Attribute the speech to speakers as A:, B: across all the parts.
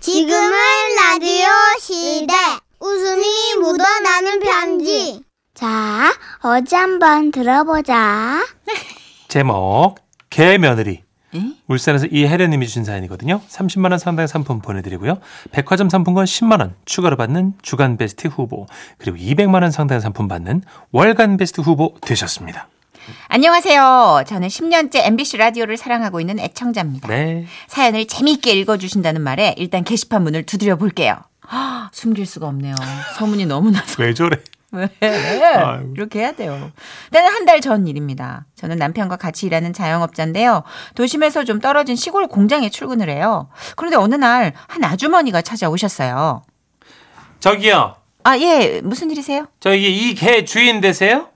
A: 지금은 라디오 시대. 웃음이 묻어나는 편지.
B: 자, 어제 한번 들어보자.
C: 제목 개며느리 울산에서 이혜련님이 주신 사연이거든요. 30만 원 상당의 상품 보내드리고요. 백화점 상품권 10만 원 추가로 받는 주간 베스트 후보 그리고 200만 원 상당의 상품 받는 월간 베스트 후보 되셨습니다.
D: 안녕하세요. 저는 10년째 MBC 라디오를 사랑하고 있는 애청자입니다.
C: 네.
D: 사연을 재미있게 읽어주신다는 말에 일단 게시판 문을 두드려 볼게요. 아, 숨길 수가 없네요. 소문이 너무 나서.
C: 왜 저래?
D: 왜?
C: 아이고.
D: 이렇게 해야 돼요. 일단은 한 달 전 일입니다. 저는 남편과 같이 일하는 자영업자인데요. 도심에서 좀 떨어진 시골 공장에 출근을 해요. 그런데 어느 날 한 아주머니가 찾아오셨어요.
C: 저기요.
D: 아, 예. 무슨 일이세요?
C: 저기 이 개 주인 되세요?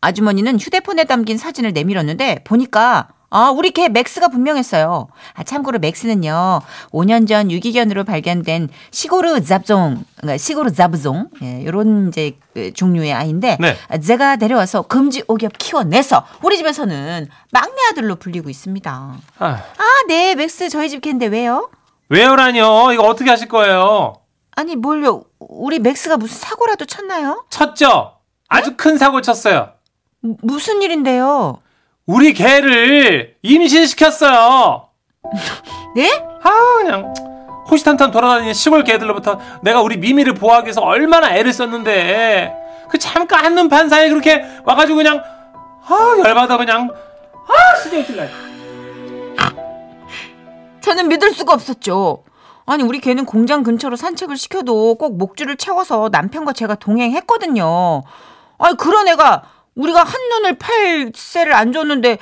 D: 아주머니는 휴대폰에 담긴 사진을 내밀었는데 보니까 아, 우리 개 맥스가 분명했어요. 아, 참고로 맥스는요, 5년 전 유기견으로 발견된 시고르 잡종, 그러니까 시고르 잡종, 예, 요런 이제 그 종류의 아이인데,
C: 네.
D: 아, 제가 데려와서 금지 옥엽 키워내서 우리 집에서는 막내 아들로 불리고 있습니다. 아,
C: 아,
D: 네, 맥스 저희 집 개인데 왜요?
C: 왜요라뇨? 이거 어떻게 하실 거예요?
D: 아니, 뭘요? 우리 맥스가 무슨 사고라도 쳤나요?
C: 쳤죠? 아주 큰 사고 쳤어요.
D: 무- 무슨 일인데요?
C: 우리 개를 임신시켰어요.
D: 네?
C: 아 그냥 호시탄탄 돌아다니는 시골 개들로부터 내가 우리 미미를 보호하기 위해서 얼마나 애를 썼는데 그 잠깐 한눈판 사이에 그렇게 와가지고 그냥 아 열받아 그냥 아 신경질 나
D: 저는 믿을 수가 없었죠. 아니 우리 걔는 공장 근처로 산책을 시켜도 꼭 목줄을 채워서 남편과 제가 동행했거든요. 아니 그런 애가 우리가 한눈을 팔세를 안 줬는데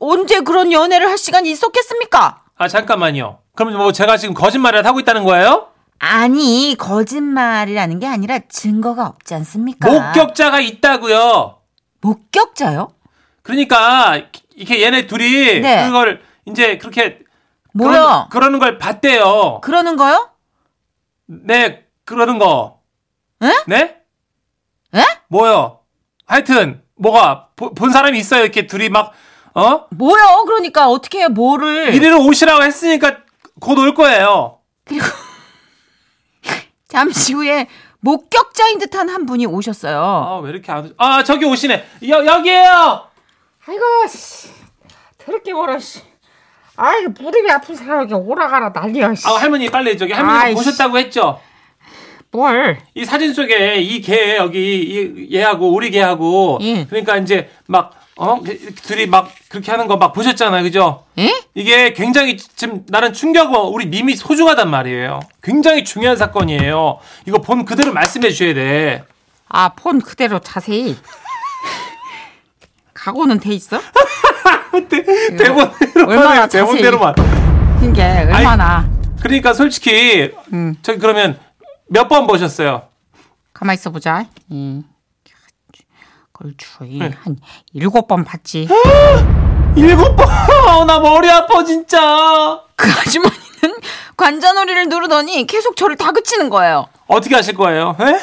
D: 언제 그런 연애를 할 시간이 있었겠습니까?
C: 아 잠깐만요 그럼 뭐 제가 지금 거짓말을 하고 있다는 거예요?
D: 아니 거짓말이라는 게 아니라 증거가 없지 않습니까?
C: 목격자가 있다고요
D: 목격자요?
C: 그러니까 이렇게 얘네 둘이
D: 네.
C: 그걸 이제 그렇게
D: 뭐야?
C: 그런- 그러는 걸 봤대요
D: 그러는 거요?
C: 네 그러는 거
D: 에?
C: 네?
D: 에?
C: 뭐요? 하여튼 뭐가 보- 본 사람이 있어요. 이렇게 둘이 막 어?
D: 뭐요? 그러니까 어떻게 해요? 뭐를?
C: 이리로 오시라고 했으니까 곧 올 거예요.
D: 잠시 후에 목격자인 듯한 한 분이 오셨어요.
C: 아 왜 이렇게 안 오지? 아 저기 오시네. 여 여기에요.
E: 아이고 씨 더럽게 멀어 씨 아이 무릎이 아픈 사람에게 오라가라 난리야
C: 아 할머니 빨리 저기 할머니
E: 아이씨.
C: 보셨다고 했죠.
E: 씨뭘
C: 이 사진 속에 이 개 여기 이 얘하고 우리 개하고
D: 예.
C: 그러니까 이제 막어 둘이 막 그렇게 하는 거 막 보셨잖아요, 그죠?
D: 예?
C: 이게 굉장히 지금 나는 충격하고 우리 밈이 소중하단 말이에요. 굉장히 중요한 사건이에요. 이거 본 그대로 말씀해 주셔야 돼.
E: 아 폰 그대로 자세히 각오는 돼 있어?
C: 대본대로
E: 얼마나 자세히.
C: 대본대로만.
E: 이게 얼마나
C: 그러니까 솔직히
E: 음.
C: 저기 그러면 몇 번 보셨어요?
E: 가만 있어 보자 이 걸추 이한 일곱 번 봤지
C: 일곱 번. 나 머리 아파 진짜.
D: 그 아주머니는 관자놀이를 누르더니 계속 저를 다그치는 거예요.
C: 어떻게 하실 거예요? 에?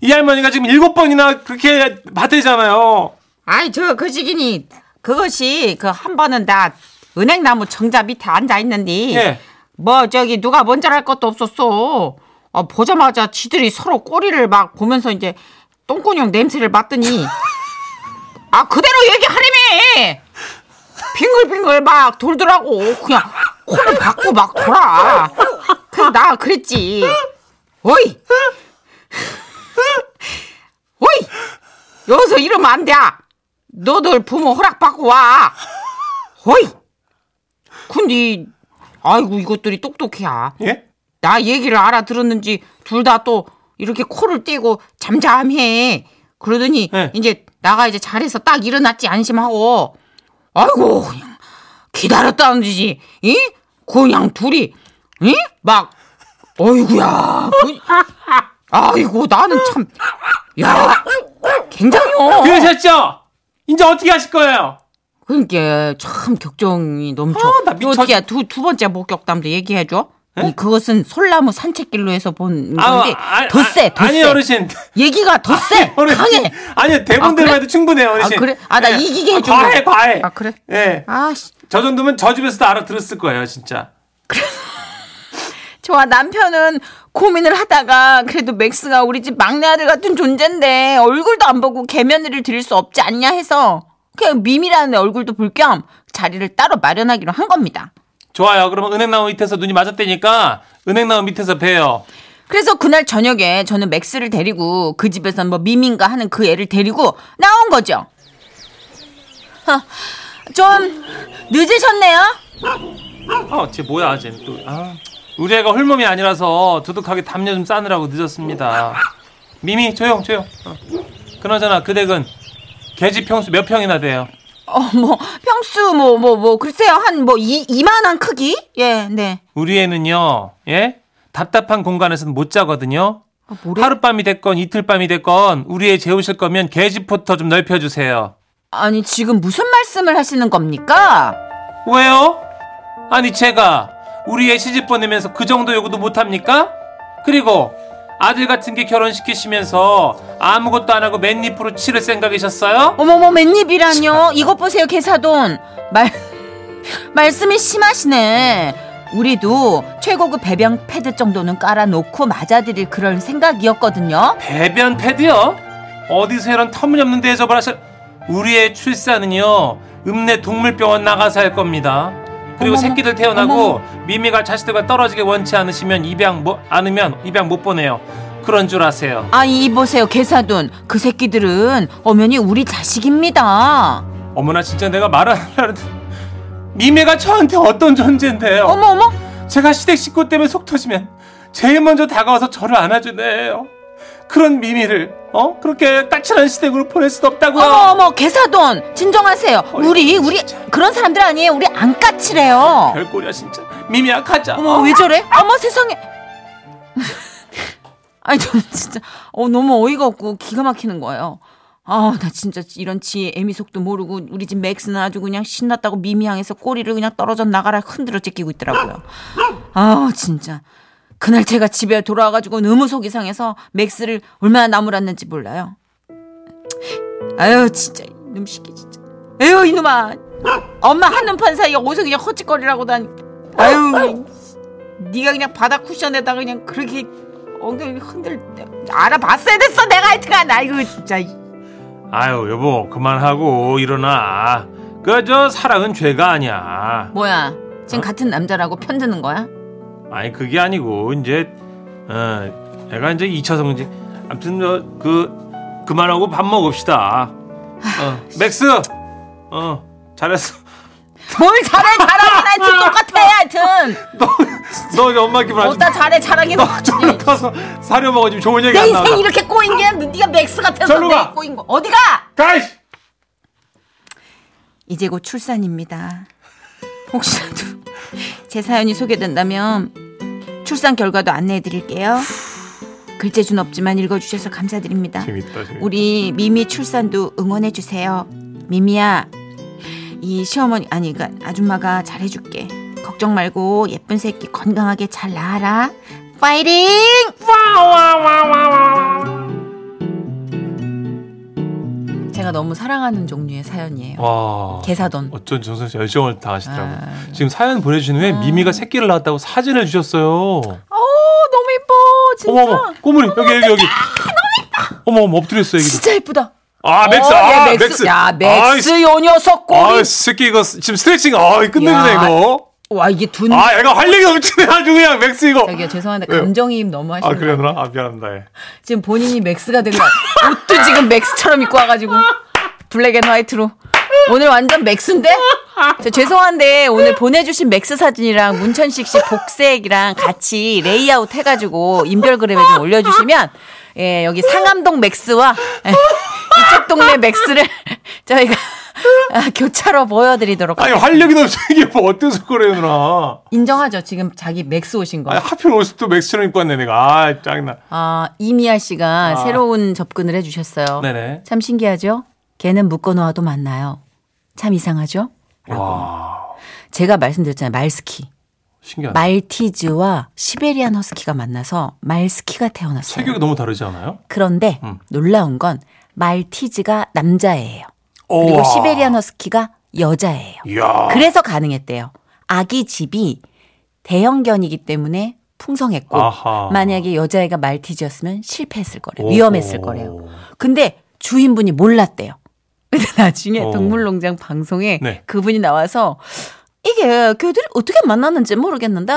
C: 이 할머니가 지금 일곱 번이나 그렇게 받으잖아요.
E: 아이 저 그 시기니 그것이 그 한 번은 나 은행나무 정자 밑에 앉아 있는데
C: 예.
E: 뭐 저기 누가 먼저 할 것도 없었어. 어, 보자마자 지들이 서로 꼬리를 막 보면서 이제 똥꼬뇽 냄새를 맡더니 아 그대로 얘기하려며 빙글빙글 막 돌더라고 그냥 코를 박고 막 돌아 그래서 나 그랬지 어이 어이 여기서 이러면 안돼 너들 부모 허락받고 와 어이 근데 아이고 이것들이 똑똑해야
C: 예?
E: 나 얘기를 알아들었는지 둘 다 또 이렇게 코를 떼고 잠잠해 그러더니
C: 네.
E: 이제 나가 이제 잘해서 딱 일어났지 안심하고 아이고 그냥 기다렸다는 듯이 이 그냥 둘이 이막 어이구야 그- 아이고 나는 참야 어. 굉장해요
C: 그러셨죠? 이제 어떻게 하실 거예요?
E: 그러니까 참 격정이 넘쳐.
C: 아, 나 미쳐- 네?
E: 어떻게 두두 번째 목격담도 얘기해 줘? 이 그것은 솔나무 산책길로 해서 본 건데 더 세, 더
C: 아, 아니
E: 세.
C: 어르신.
E: 얘기가 더 세,
C: 어르신.
E: 강해.
C: 아니 대본대로
E: 아, 그래?
C: 해도 충분해요 어르신.
E: 아, 그래? 아, 나
C: 예.
E: 이기게
C: 아,
E: 해준
C: 과해
E: 거.
C: 과해.
E: 아, 그래?
C: 예.
E: 아씨,
C: 저 정도면 저 집에서도 알아들었을 거예요 진짜.
D: 저와 남편은 고민을 하다가 그래도 맥스가 우리 집 막내 아들 같은 존재인데 얼굴도 안 보고 개면을 드릴 수 없지 않냐 해서 그냥 밈이라는 애 얼굴도 볼 겸 자리를 따로 마련하기로 한 겁니다.
C: 좋아요. 그러면 은행나무 밑에서 눈이 맞았다니까 은행나무 밑에서 봬요.
D: 그래서 그날 저녁에 저는 맥스를 데리고 그 집에서 뭐 미민가 하는 그 애를 데리고 나온 거죠. 아, 좀 늦으셨네요.
C: 어, 쟤 뭐야, 쟤 또. 아. 우리 애가 홀몸이 아니라서 두둑하게 담요 좀 싸느라고 늦었습니다. 미미, 조용, 조용. 어. 그나저나, 그 댁은 계집 평수 몇 평이나 돼요?
D: 어 뭐 평수 뭐 뭐 뭐 글쎄요 한 뭐 이만한 크기? 예, 네.
C: 우리 애는요, 예? 답답한 공간에서는 못 자거든요. 하룻밤이 됐건 이틀밤이 됐건 우리 애 재우실 거면 계집부터 좀 넓혀주세요.
D: 아니 지금 무슨 말씀을 하시는 겁니까?
C: 왜요? 아니 제가 우리 애 시집 보내면서 그 정도 요구도 못합니까? 그리고 아들 같은 게 결혼시키시면서 아무것도 안 하고 맨입으로 치를 생각이셨어요?
D: 어머머 맨입이라뇨. 이것 보세요 개사돈. 말 말씀이 심하시네. 우리도 최고급 그 배변 패드 정도는 깔아놓고 맞아들일 그런 생각이었거든요.
C: 배변 패드요? 어디서 이런 터무니없는 대접을 하실 우리 애 출산은요 읍내 동물병원 나가서 할 겁니다 그리고
D: 어머머,
C: 새끼들 태어나고 미미가 자식들과 떨어지게 원치 않으시면 입양 뭐, 않으면 입양 못 보내요 그런 줄 아세요
D: 아, 이 보세요, 개사돈. 그 새끼들은 엄연히 우리 자식입니다.
C: 어머나 진짜 내가 말하려는데 미미가 저한테 어떤 존재인데요
D: 어머, 어머,
C: 제가 시댁 식구 때문에 속 터지면 제일 먼저 다가와서 저를 안아주네요 그런 미미를 어 그렇게 까칠한 시댁으로 보낼 수 없다고요
D: 어머, 어머, 개사돈. 진정하세요.
C: 어이,
D: 우리, 우리,
C: 진짜.
D: 그런 사람들 아니에요. 우리 안 까칠해요.
C: 별꼴이야 진짜 미미야 가자
D: 어머, 왜 저래? 어머, 세상에. 아니, 저는 진짜, 어, 너무 어이가 없고 기가 막히는 거예요. 아, 나 진짜 이런 지혜 애미속도 모르고 우리 집 맥스는 아주 그냥 신났다고 미미향해서 꼬리를 그냥 떨어져 나가라 흔들어 제끼고 있더라고요. 아, 진짜. 그날 제가 집에 돌아와가지고 너무 속이 상해서 맥스를 얼마나 나무랐는지 몰라요. 아유, 진짜 이놈 시끼 진짜. 에휴, 이놈아. 엄마 한눈판 사이에 어디서 그냥 허짓거리라고 다니. 아유, 그냥 네가 그냥 바닥 쿠션에다가 그냥 그렇게 엉덩이 흔들 때 알아봤어야 됐어 내가 하여튼간 아이고 그 진짜
C: 아유 여보 그만하고 일어나 그 저 사랑은 죄가 아니야
D: 뭐야 지금 같은 남자라고 편드는 거야?
C: 아니 그게 아니고 이제 어 애가 이제 2차 성징 아무튼 저 그 그만하고 밥 먹읍시다 어, 맥스 어 잘했어
D: 뭘 잘해 잘하긴 하여튼 똑같아 하여튼
C: 너 이거 엄마 기분 안 좋아
D: 어따 네. 잘해 잘하긴
C: 너 졸로 가서 사료 먹어 지금 좋은 얘기
D: 내
C: 안 나와
D: 인생 이렇게 꼬인 게 네가 맥스 같아서
C: 절로 가.
D: 내 꼬인 거 어디가?
C: 가이씨
D: 이제 곧 출산입니다 혹시라도 제 사연이 소개된다면 출산 결과도 안내해 드릴게요 글재준 없지만 읽어주셔서 감사드립니다
C: 재밌다 재밌다
D: 우리 미미 출산도 응원해 주세요. 미미야, 이 시어머니 아니 그 아줌마가 잘해줄게. 걱정 말고 예쁜 새끼 건강하게 잘 낳아라. 파이팅! 제가 너무 사랑하는 종류의
C: 어.
D: 사연이에요.
C: 와
D: 개사돈.
C: 어쩐지 정선 씨 열정을 다하시더라고요
D: 아.
C: 지금 사연 보내주신 후에 미미가 새끼를 낳았다고 사진을 주셨어요
D: 어 너무 예뻐 진짜. 아,
C: 어머 어머 꼬물이 여기 여기 여기 어머 어머 엎드렸어 여기
D: 진짜 예쁘다.
C: 아 맥스
D: 어,
C: 아
D: 야, 맥스, 야 맥스 요 녀석 꼬리.
C: 아이 새끼 이거 지금 스트레칭 아 끝냅니다
D: 야.
C: 이거
D: 와 이게 둔.
C: 아 애가 활력이 넘치네 아주 그냥 맥스 이거
D: 저기요 죄송한데
C: 왜요?
D: 감정이입 너무 하시는
C: 아
D: 거
C: 그래 누나 아 미안합니다 예.
D: 지금 본인이 맥스가 되고 나- 옷도 지금 맥스처럼 입고 와가지고 블랙 앤 화이트로 오늘 완전 맥스인데 저 죄송한데 오늘 보내주신 맥스 사진이랑 문천식 씨 복색이랑 같이 레이아웃 해가지고 인별그램에 좀 올려주시면 예 여기 상암동 맥스와 예, 이쪽 동네 맥스를 저희가 아, 교차로 보여드리도록
C: 아니 활력이 넘치는 게뭐 어때서 그래요 누나
D: 인정하죠 지금 자기 맥스 오신 거
C: 아니, 하필 옷을 또 맥스처럼 입고 왔네 내가 아 짜증나
D: 아, 이미아 씨가
C: 아.
D: 새로운 접근을 해주셨어요.
C: 네네.
D: 참 신기하죠? 걔는 묶어놓아도 만나요. 참 이상하죠?
C: 와
D: 제가 말씀드렸잖아요. 말스키.
C: 신기하다
D: 말티즈와 시베리안 허스키가 만나서 말스키가 태어났어요.
C: 체격이 너무 다르지 않아요?
D: 그런데
C: 음.
D: 놀라운 건 말티즈가 남자예요.
C: 우와. 아.
D: 그리고 시베리안 허스키가 여자예요.
C: 이야
D: 그래서 가능했대요. 아기 집이 대형견이기 때문에 풍성했고
C: 아하.
D: 만약에 여자애가 말티즈였으면 실패했을 거래요. 위험했을
C: 오호.
D: 거래요. 근데 주인분이 몰랐대요. 근데 나중에
C: 어.
D: 동물농장 방송에
C: 네.
D: 그분이 나와서 이게 그들이 어떻게 만났는지 모르겠는데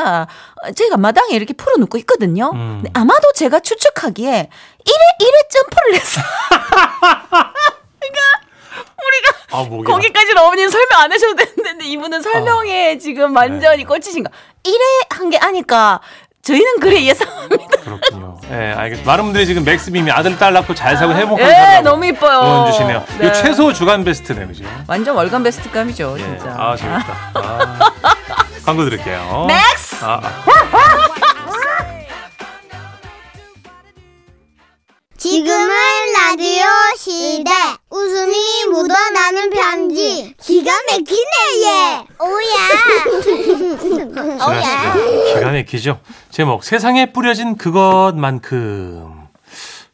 D: 제가 마당에 이렇게 풀어놓고 있거든요.
C: 음.
D: 근데 아마도 제가 추측하기에 이래 이래 점프를 했어.
C: 아, 목이
D: 거기까지는 어머니는 설명 안 하셔도 되는데 근데 이분은 설명에
C: 아.
D: 지금
C: 네.
D: 완전히 꽂히신 거. 이래 한 게 아니까 저희는 그래 예상합니다.
C: 그렇군요. 예, 알겠습니다. 많은 분들이 지금 맥스빔이 아들 딸 낳고 잘 살고 행복한
D: 예,
C: 사람
D: 너무 이뻐요.
C: 어, 응원 주시네요.
D: 네.
C: 이거 최소 주간 베스트네, 그죠?
D: 완전 월간 베스트감이죠,
C: 예.
D: 진짜.
C: 아, 재밌다. 아. 광고 드릴게요.
D: 맥스!
C: 아, 아.
A: 지금은 라디오 시대. 웃음이 묻어나는 편지. 기가 막히네, 얘. 오야.
D: 어, 예.
C: 지나치게 기가 막히죠. 제목 세상에 뿌려진 그것만큼.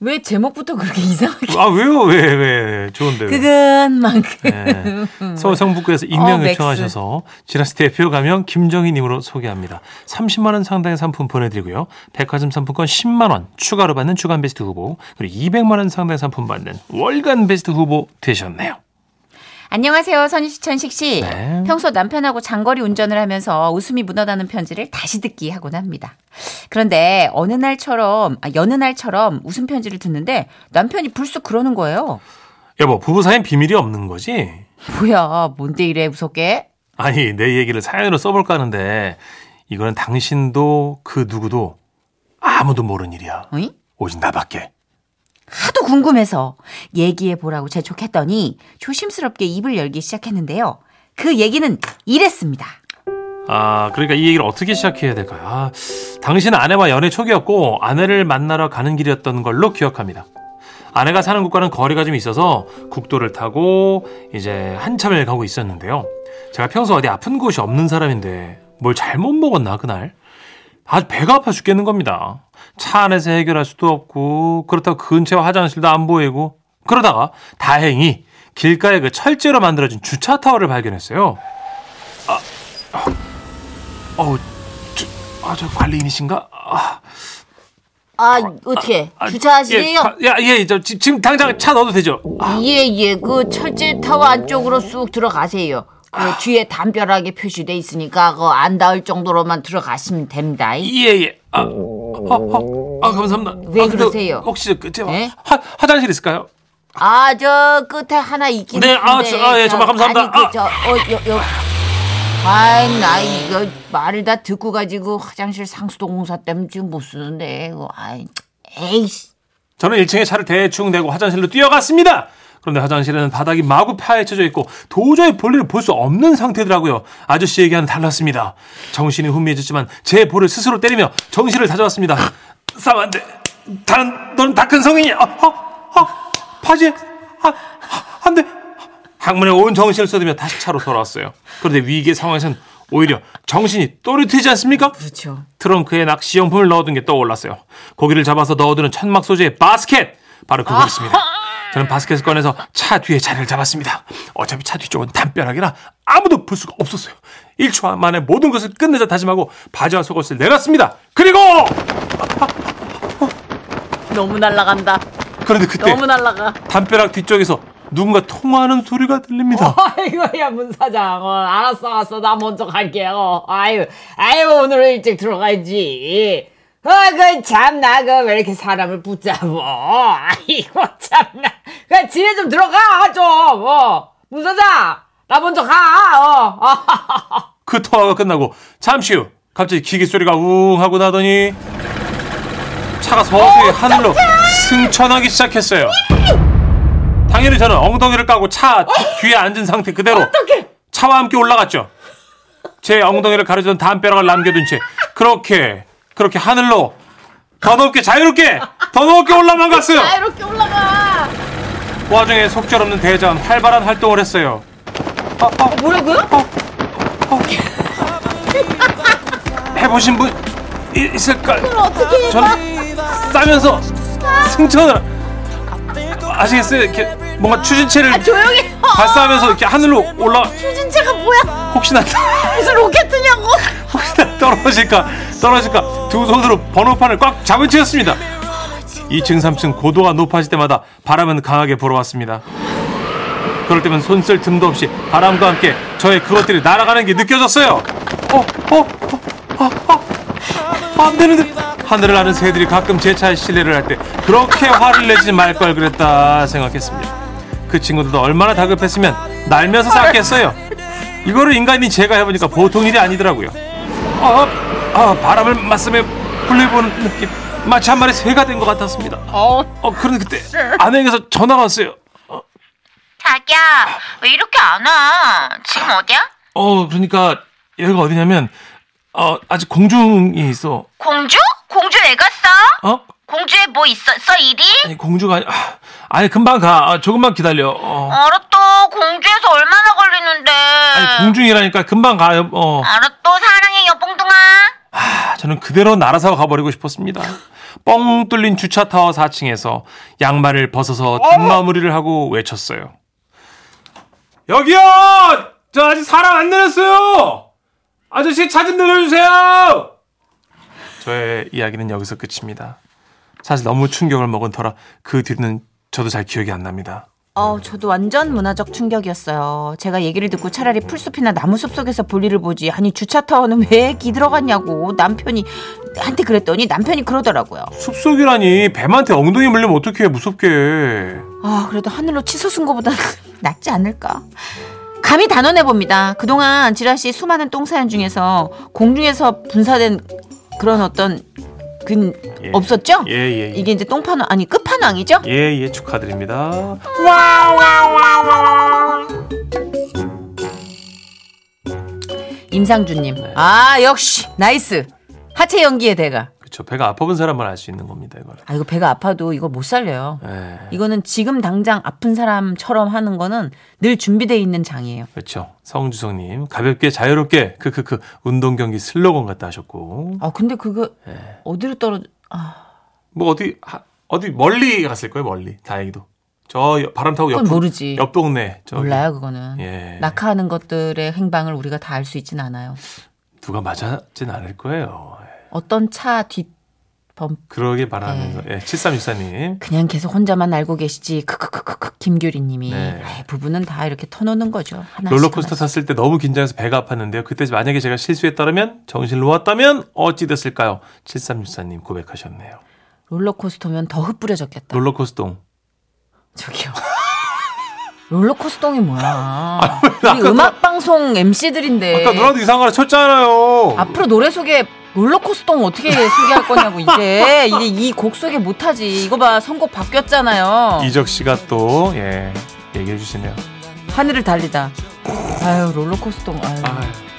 D: 왜 제목부터 그렇게 이상하게.
C: 아 왜요? 왜 왜? 왜? 좋은데. 요 예.
D: 그것만큼.
C: 네. 서울 성북구에서 익명
D: 어, 맥스.
C: 요청하셔서 지라스 대표 가명 김정희님으로 소개합니다. 30만 원 상당의 상품 보내드리고요. 백화점 상품권 10만 원 추가로 받는 주간 베스트 후보 그리고 200만 원 상당의 상품 받는 월간 베스트 후보 되셨네요.
D: 안녕하세요, 선희시천식 씨.
C: 네.
D: 평소 남편하고 장거리 운전을 하면서 웃음이 묻어나는 편지를 다시 듣기 하곤 합니다. 그런데 어느 날처럼, 아, 여느 날처럼 웃음 편지를 듣는데 남편이 불쑥 그러는 거예요.
C: 여보 부부 사이엔 비밀이 없는 거지?
D: 뭐야, 뭔데 이래 무섭게?
C: 아니 내 얘기를 사연으로 써볼까 하는데 이거는 당신도 그 누구도 아무도 모르는 일이야.
D: 어잉?
C: 오직 나밖에.
D: 하도 궁금해서 얘기해 보라고 재촉했더니 조심스럽게 입을 열기 시작했는데요. 그 얘기는 이랬습니다.
C: 아, 그러니까 이 얘기를 어떻게 시작해야 될까요? 아, 당신은 아내와 연애 초기였고 아내를 만나러 가는 길이었던 걸로 기억합니다. 아내가 사는 국가는 거리가 좀 있어서 국도를 타고 이제 한참을 가고 있었는데요. 제가 평소 어디 아픈 곳이 없는 사람인데 뭘 잘못 먹었나 그날? 아주 배가 아파 죽겠는 겁니다. 차 안에서 해결할 수도 없고 그렇다고 근처 화장실도 안 보이고 그러다가 다행히 길가에 그 철제로 만들어진 주차 타워를 발견했어요. 어우, 저, 아, 저 관리인이신가? 아,
E: 아 어떻게
C: 아, 예,
E: 주차하시래요?
C: 가- 야, 예, 저 지- 지금 당장 차 넣어도 되죠?
E: 예예 그 철제 타워 안쪽으로 쑥 들어가세요. 그 뒤에 담벼락에 표시돼 있으니까 그 안 닿을 정도로만 들어가시면 됩니다.
C: 예, 예. 아, 어, 어, 아, 감사합니다.
E: 왜
C: 아, 근데
E: 그러세요?
C: 혹시 그, 제가
E: 예?
C: 화, 화장실 있을까요?
E: 아 저 끝에 하나 있긴
C: 네, 아,
E: 한데
C: 저, 아, 예,
E: 저,
C: 정말 감사합니다.
E: 아니 그저 어, 여, 여. 아이 나 이거 말을 다 듣고 가지고 화장실 상수도 공사 때문에 지금 못 쓰는데 이거 아이 에이씨
C: 저는 1층에 차를 대충 내고 화장실로 뛰어갔습니다. 그런데 화장실에는 바닥이 마구 파헤쳐져 있고 도저히 볼일을 볼 수 없는 상태더라고요. 아저씨 얘기와는 달랐습니다. 정신이 혼미해졌지만 제 볼을 스스로 때리며 정신을 다져왔습니다. 싸면 안 돼. 다른, 너는 다 큰 성인이야. 아, 아, 아, 바지에, 아, 아, 안 돼. 항문에 온 정신을 쏟으며 다시 차로 돌아왔어요. 그런데 위기의 상황에선 오히려 정신이 또렷해지지 않습니까?
D: 그렇죠.
C: 트렁크에 낚시용품을 넣어둔 게 떠올랐어요. 고기를 잡아서 넣어두는 천막 소재의 바스켓! 바로 그거였습니다. 저는 바스켓을 꺼내서 차 뒤에 자리를 잡았습니다. 어차피 차 뒤쪽은 담벼락이라 아무도 볼 수가 없었어요. 1초 만에 모든 것을 끝내자 다짐하고 바지와 속옷을 내놨습니다. 그리고!
D: 너무 날라간다.
C: 그런데 그때
D: 날라가.
C: 담벼락 뒤쪽에서 누군가 통화하는 소리가 들립니다.
E: 어, 아이고야 문사장 어, 알았어 알았어 나 먼저 갈게요 아유 아유 오늘 은 일찍 들어가야지 어그 참나 그 왜 이렇게 사람을 붙잡어 아이고 참나 그 집에 좀 들어가 좀어 문사장 나 먼저 가어
C: 그 통화가 끝나고 잠시 후 갑자기 기계 소리가 웅 하고 나더니 차가
E: 어,
C: 서서히 하늘로 승천하기 시작했어요. 당연히 저는 엉덩이를 까고
E: 어?
C: 차 뒤에 앉은 상태 그대로 차와 함께 올라갔죠. 제 엉덩이를 가려주던 담벼락을 남겨둔 채 그렇게 그렇게 하늘로 더 높게 자유롭게 더 높게 올라만 갔어요.
E: 이렇게 올라가
C: 와중에 속절없는 대전 활발한 활동을 했어요. 아,
E: 뭐라고요?
C: 해보신 분 이- 있을까요?
E: 아.
C: 저는 싸면서 승천을 아시겠어요? 이렇게 뭔가 추진체를
E: 조용히 어,
C: 발사하면서 이렇게 하늘로 올라
E: 추진체가 뭐야
C: 혹시나
E: 무슨 로켓이냐고
C: 혹시나 떨어질까 떨어질까 두 손으로 번호판을 꽉 잡은 채였습니다.
E: 아,
C: 2층 3층 고도가 높아질 때마다 바람은 강하게 불어왔습니다. 그럴 때면 손 쓸 틈도 없이 바람과 함께 저의 그것들이 날아가는 게 느껴졌어요. 어, 어, 어, 아, 아, 안 되는데. 하늘을 나는 새들이 가끔 제 차에 실례를 할 때 그렇게 화를 내지 말 걸 그랬다 생각했습니다. 그 친구들도 얼마나 다급했으면 날면서 쌌겠어요. 이거를 인간이 제가 해보니까 보통 일이 아니더라고요. 아, 아 바람을 맞으며 불려보는 느낌. 마치 한 마리 새가 된 것 같았습니다.
E: 어
C: 어, 그런데 그때 아내에게서 전화가 왔어요.
F: 자기야, 왜 이렇게 안 와? 지금 어디야?
C: 어, 그러니까 여기가 어디냐면 어, 아직 공중에 있어.
F: 공주? 공주 왜 갔어?
C: 어?
F: 공주에 뭐 있었어, 일이?
C: 아니, 공주가 아니, 아, 아니 금방 가. 아, 조금만 기다려. 어.
F: 알았어, 공주에서 얼마나 걸리는데?
C: 아니, 공중이라니까 금방 가. 요 어.
F: 알았어, 사랑해, 여봉둥아.
C: 아, 저는 그대로 날아서 가버리고 싶었습니다. 뻥 뚫린 주차타워 4층에서 양말을 벗어서 뒷마무리를 하고 외쳤어요. 여기요! 저 아직 사람 안 내렸어요! 아저씨 차 좀 내려주세요! 저의 이야기는 여기서 끝입니다. 사실 너무 충격을 먹은 터라 그 뒤는 저도 잘 기억이 안 납니다.
D: 어, 저도 완전 문화적 충격이었어요. 제가 얘기를 듣고 차라리 풀숲이나 나무숲 속에서 볼일을 보지. 아니 주차타워는 왜 기들어갔냐고 남편이 한테 그랬더니 남편이 그러더라고요.
C: 숲속이라니 뱀한테 엉덩이 물리면 어떡해 무섭게.
D: 아 그래도 하늘로 치솟은 것보다 낫지 않을까. 감히 단언해 봅니다. 그동안 지라 씨 수많은 똥사연 중에서 공중에서 분사된 그런 어떤 근
C: 예.
D: 없었죠?
C: 예, 예, 예.
D: 이게 이제 똥판왕 아니 끝판왕이죠?
C: 예, 예, 축하드립니다. 예.
D: 임상준님.
C: 네.
D: 아 역시 나이스 하체 연기의 대가.
C: 그렇죠. 배가 아파 본 사람만 알 수 있는 겁니다, 이거는.
D: 아 이거 배가 아파도 이거 못 살려요.
C: 예.
D: 이거는 지금 당장 아픈 사람처럼 하는 거는 늘 준비돼 있는 장이에요.
C: 그렇죠. 성주성님 가볍게 자유롭게 크크크 운동 경기 슬로건 같다 하셨고
D: 아 근데 그거
C: 네.
D: 어디로 떨어져? 아,
C: 뭐 어디 하- 어디 멀리 갔을 거예요 멀리 다행히도 저 여- 바람 타고 옆
D: 그건 모르지.
C: 옆 동네 저기.
D: 몰라요 그거는.
C: 예.
D: 낙하하는 것들의 행방을 우리가 다 알 수 있진 않아요.
C: 누가 맞았진 않을 거예요. 예.
D: 어떤 차 뒷 범.
C: 그러길 바라면서 예. 7364님
D: 네. 그냥 계속 혼자만 알고 계시지. 크크크크크 김규리님이
C: 네.
D: 아이, 부부는 다 이렇게 터놓는 거죠. 하나씩
C: 롤러코스터
D: 하나씩.
C: 탔을 때 너무 긴장해서 배가 아팠는데요. 그때 만약에 제가 실수했다면 정신을 놓았다면 어찌 됐을까요? 7364님 고백하셨네요.
D: 롤러코스터면 더 흩뿌려졌겠다.
C: 롤러코스동
D: 저기요. 롤러코스터이 뭐야?
C: 왜 어,
D: 우리
C: 아까
D: 음악 방송 MC들인데
C: 아까 누나도 이상한 거라 쳤잖아요.
D: 앞으로 노래 소개 롤러코스터 어떻게 소개할 거냐고 이제 이제 이 곡 소개 못하지. 이거 봐 선곡 바뀌었잖아요.
C: 이적 씨가 또 예, 얘기해 주시네요.
D: 하늘을 달리다. 아유 롤러코스터. 아유.
C: 아,